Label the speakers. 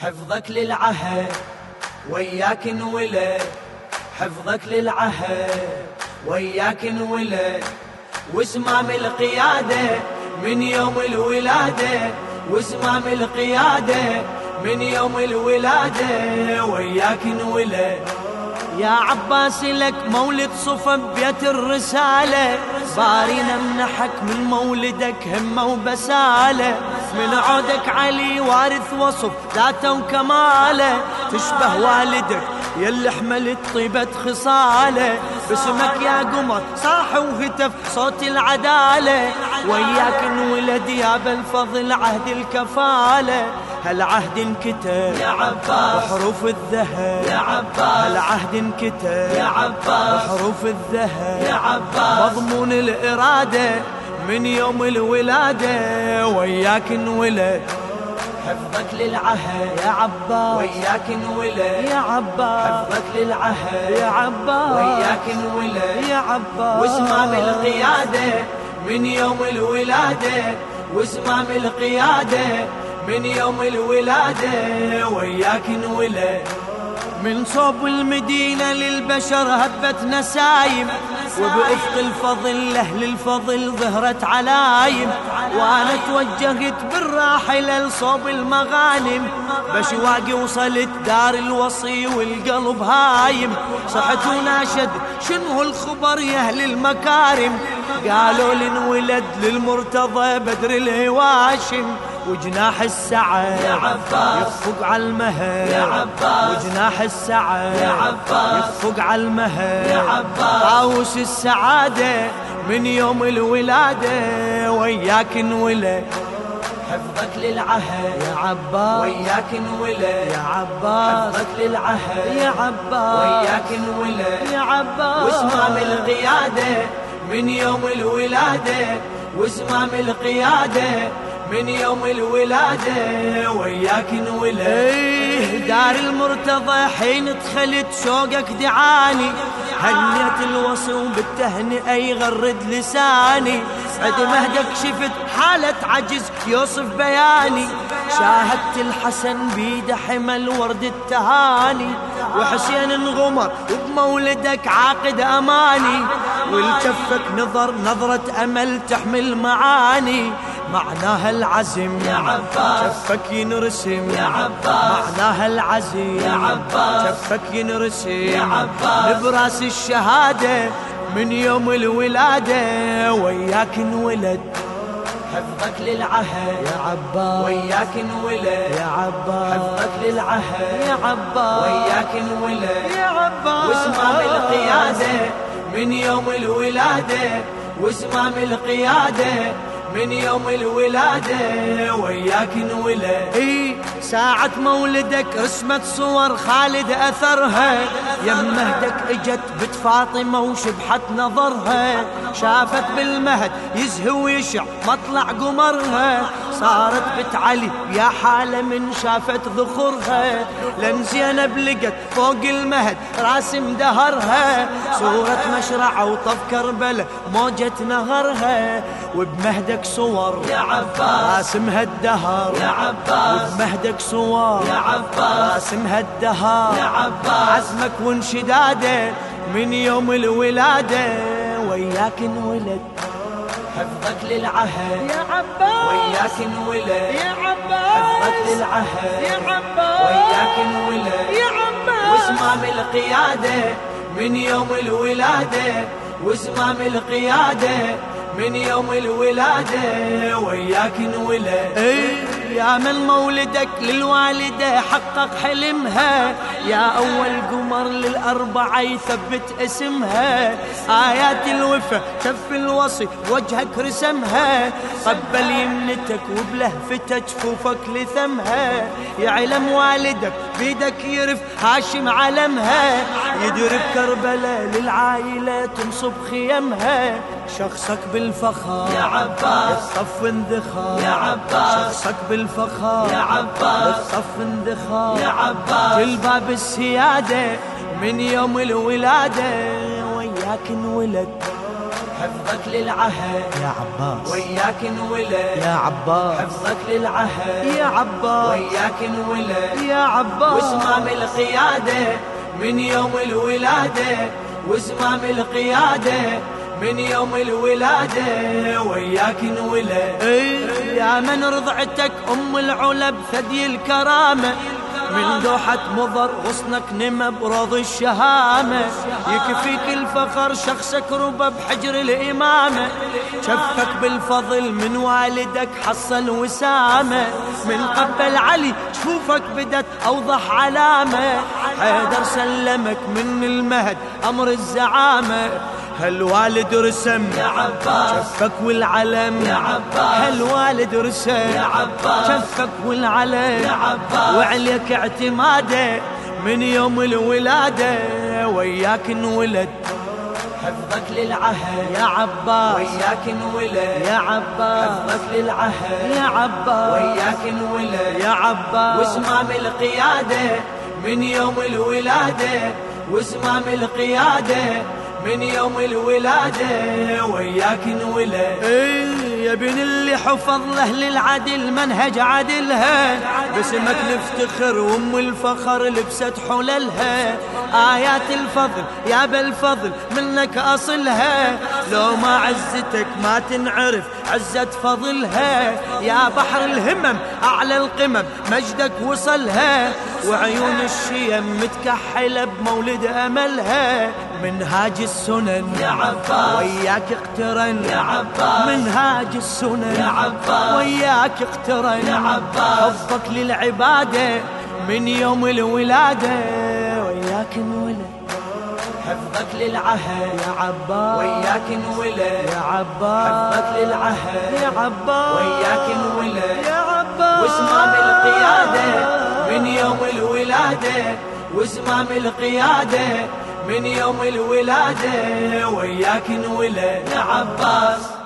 Speaker 1: حفظك للعهد وياك انولد حفظك للعهد وياك انولد وزمام القيادة من يوم الولادة وزمام القيادة من يوم الولادة وياك انولد يا عباس لك مولد صفى ببيت الرسالة بارينا منحك من مولدك همة وبسالة من عودك علي وارث وصف ذاته وكماله تشبه والدك يلي حملت طيبة خصاله باسمك يا قمر صاح وهتف صوت العدالة وياك انولد يا بل فضل عهد الكفالة هالعهد انكتب يا عباس وحروف الذهب يا عباس هالعهد انكتب يا عباس وحروف الذهب يا عباس مضمون الإرادة من يوم الولادة وياك انولد حفظك للعهد يا عباس وياك انولد يا عباس حفظك للعهد يا عباس وياك انولد يا عباس وزمام القيادة من يوم الولادة وزمام القيادة من يوم الولادة وياك انولد من صوب المدينة للبشر هبت نسايم وبأفق الفضل لأهل الفضل ظهرت علايم وأنا توجهت بالراحلة لصوب المغانم بشواقي وصلت دار الوصي والقلب هايم صحت وناشد شنو الخبر يا أهل المكارم قالوا لنولد للمرتضى بدر الهواشم وجناح السعد يا عباس يخفق على المهل يا عباس وجناح السعد يا عباس يخفق على المهل يا عباس طاووس السعادة من يوم الولادة وياك انولد حفظك للعهد يا عباس وياك انولد يا عباس حفظك للعهد يا عباس وياك انولد يا عباس واسمام القيادة من يوم الولادة واسمام القيادة من يوم الولادة وياك انولد إيه دار المرتضى حين دخلت شوقك دعاني هنيت الوصي وبالتهنئة يغرد لساني عد مهدك شفت حالة عجز يوصف بياني شاهدت الحسن بيده حمل ورد التهاني وحسين غمر وبمولدك عاقد أماني والتفك نظر نظرة أمل تحمل معاني معناها العزم يا عباس كفك ينرسم يا عباس معناها العزم يا عباس كفك ينرسم يا عباس براس الشهادة من يوم الولادة وياك انولد حفظك للعهد يا عباس وياك انولد يا عباس حفظك للعهد يا عباس وياك انولد يا عباس واسمام القيادة من يوم الولادة واسمام القيادة من يوم الولادة وياك انولد اي ساعة مولدك رسمت صور خالد أثرها يم مهدك اجت بنت فاطمة وشبحت نظرها شافت بالمهد يزهي ويشع مطلع قمرها صارت بنت علي يا حالة من شافت ذخرها لن زينب لقت فوق المهد راسم دهرها صورة مشرعة وطف كربلة موجة نهرها وبمهدك صور يا عباس راسمها الدهر يا عباس وبمهدك صور يا عباس راسمها الدهر يا عباس عزمك وانشداده من يوم الولادة وياك انولد حفظك للعهد
Speaker 2: يا عباس
Speaker 1: وياك انولد
Speaker 2: يا عباس
Speaker 1: حفظك للعهد
Speaker 2: يا عباس
Speaker 1: وياك انولد
Speaker 2: يا عباس
Speaker 1: وزمام القيادة من يوم الولادة وزمام القيادة من يوم الولادة وياك انولد إيه، يا من مولدك للوالدة حقق حلمها يا أول قمر للأربعة يثبت اسمها آيات الوفا كف الوصي وجهك رسمها قبل يمنتك وبلهفتك جفوفك لثمها يعلم والدك بيدك يرف هاشم علمها يدرب كربلة للعائلة تنصب خيمها شخصك بالفخر يا عباس الصف انذخر يا عباس شخصك بالفخر يا عباس الصف انذخر يا عباس جلباب السيادة من يوم الولادة وياك انولد
Speaker 2: حفظك للعهد
Speaker 1: يا عباس
Speaker 2: وياك
Speaker 1: يا
Speaker 2: انولد
Speaker 1: عباس
Speaker 2: حفظك للعهد
Speaker 1: يا عباس
Speaker 2: وياك انولد
Speaker 1: يا عباس
Speaker 2: وزمام القيادة من يوم الولادة وزمام القيادة من يوم الولادة وياك انولد
Speaker 1: إيه يا من رضعتك أم العلا بثدي الكرامة من دوحة مضر غصنك نمى برض الشهامة يكفيك الفخر شخصك ربى بحجر الإمامة شفك بالفضل من والدك حصل وسامة من قبل علي شوفك بدت أوضح علامة حيدر سلمك من المهد أمر الزعامة هالوالد رسم
Speaker 2: يا عباس
Speaker 1: شفك والعلم
Speaker 2: يا عباس.
Speaker 1: هالوالد رسل يا
Speaker 2: عباس.
Speaker 1: شفك والعلم
Speaker 2: يا عباس.
Speaker 1: وعليك اعتماده من يوم الولادة وياك انولد
Speaker 2: حفظك للعهد
Speaker 1: يا عباس
Speaker 2: وياك انولد
Speaker 1: يا عباس
Speaker 2: حفظك للعهد
Speaker 1: يا عباس
Speaker 2: وياك انولد
Speaker 1: يا عباس
Speaker 2: وزمام القيادة من يوم الولادة وزمام القيادة من يوم الولادة وياك انولد
Speaker 1: إيه يا بن اللي حفظ له العدل منهج عدلها باسمك نفتخر وام الفخر لبست حللها آيات الفضل يا بالفضل منك أصلها لو ما عزتك ما تنعرف عزة فضلها يا بحر الهمم أعلى القمم مجدك وصلها وعيون الشيم متكحلة بمولد أملها منهاج السنن
Speaker 2: يا عباس.
Speaker 1: وياك اقترن
Speaker 2: يا عباس.
Speaker 1: منهاج السنن
Speaker 2: يا عباس.
Speaker 1: وياك اقترن
Speaker 2: يا عباس.
Speaker 1: حبك للعبادة من يوم الولادة وياك انولد
Speaker 2: حفظك للعهد
Speaker 1: يا عباس
Speaker 2: وياك انولد
Speaker 1: يا عباس
Speaker 2: حفظك للعهد
Speaker 1: يا عباس
Speaker 2: وياك انولد
Speaker 1: يا عباس
Speaker 2: وزمام القيادة من يوم الولادة وزمام القيادة من يوم الولادة وياك انولد يا عباس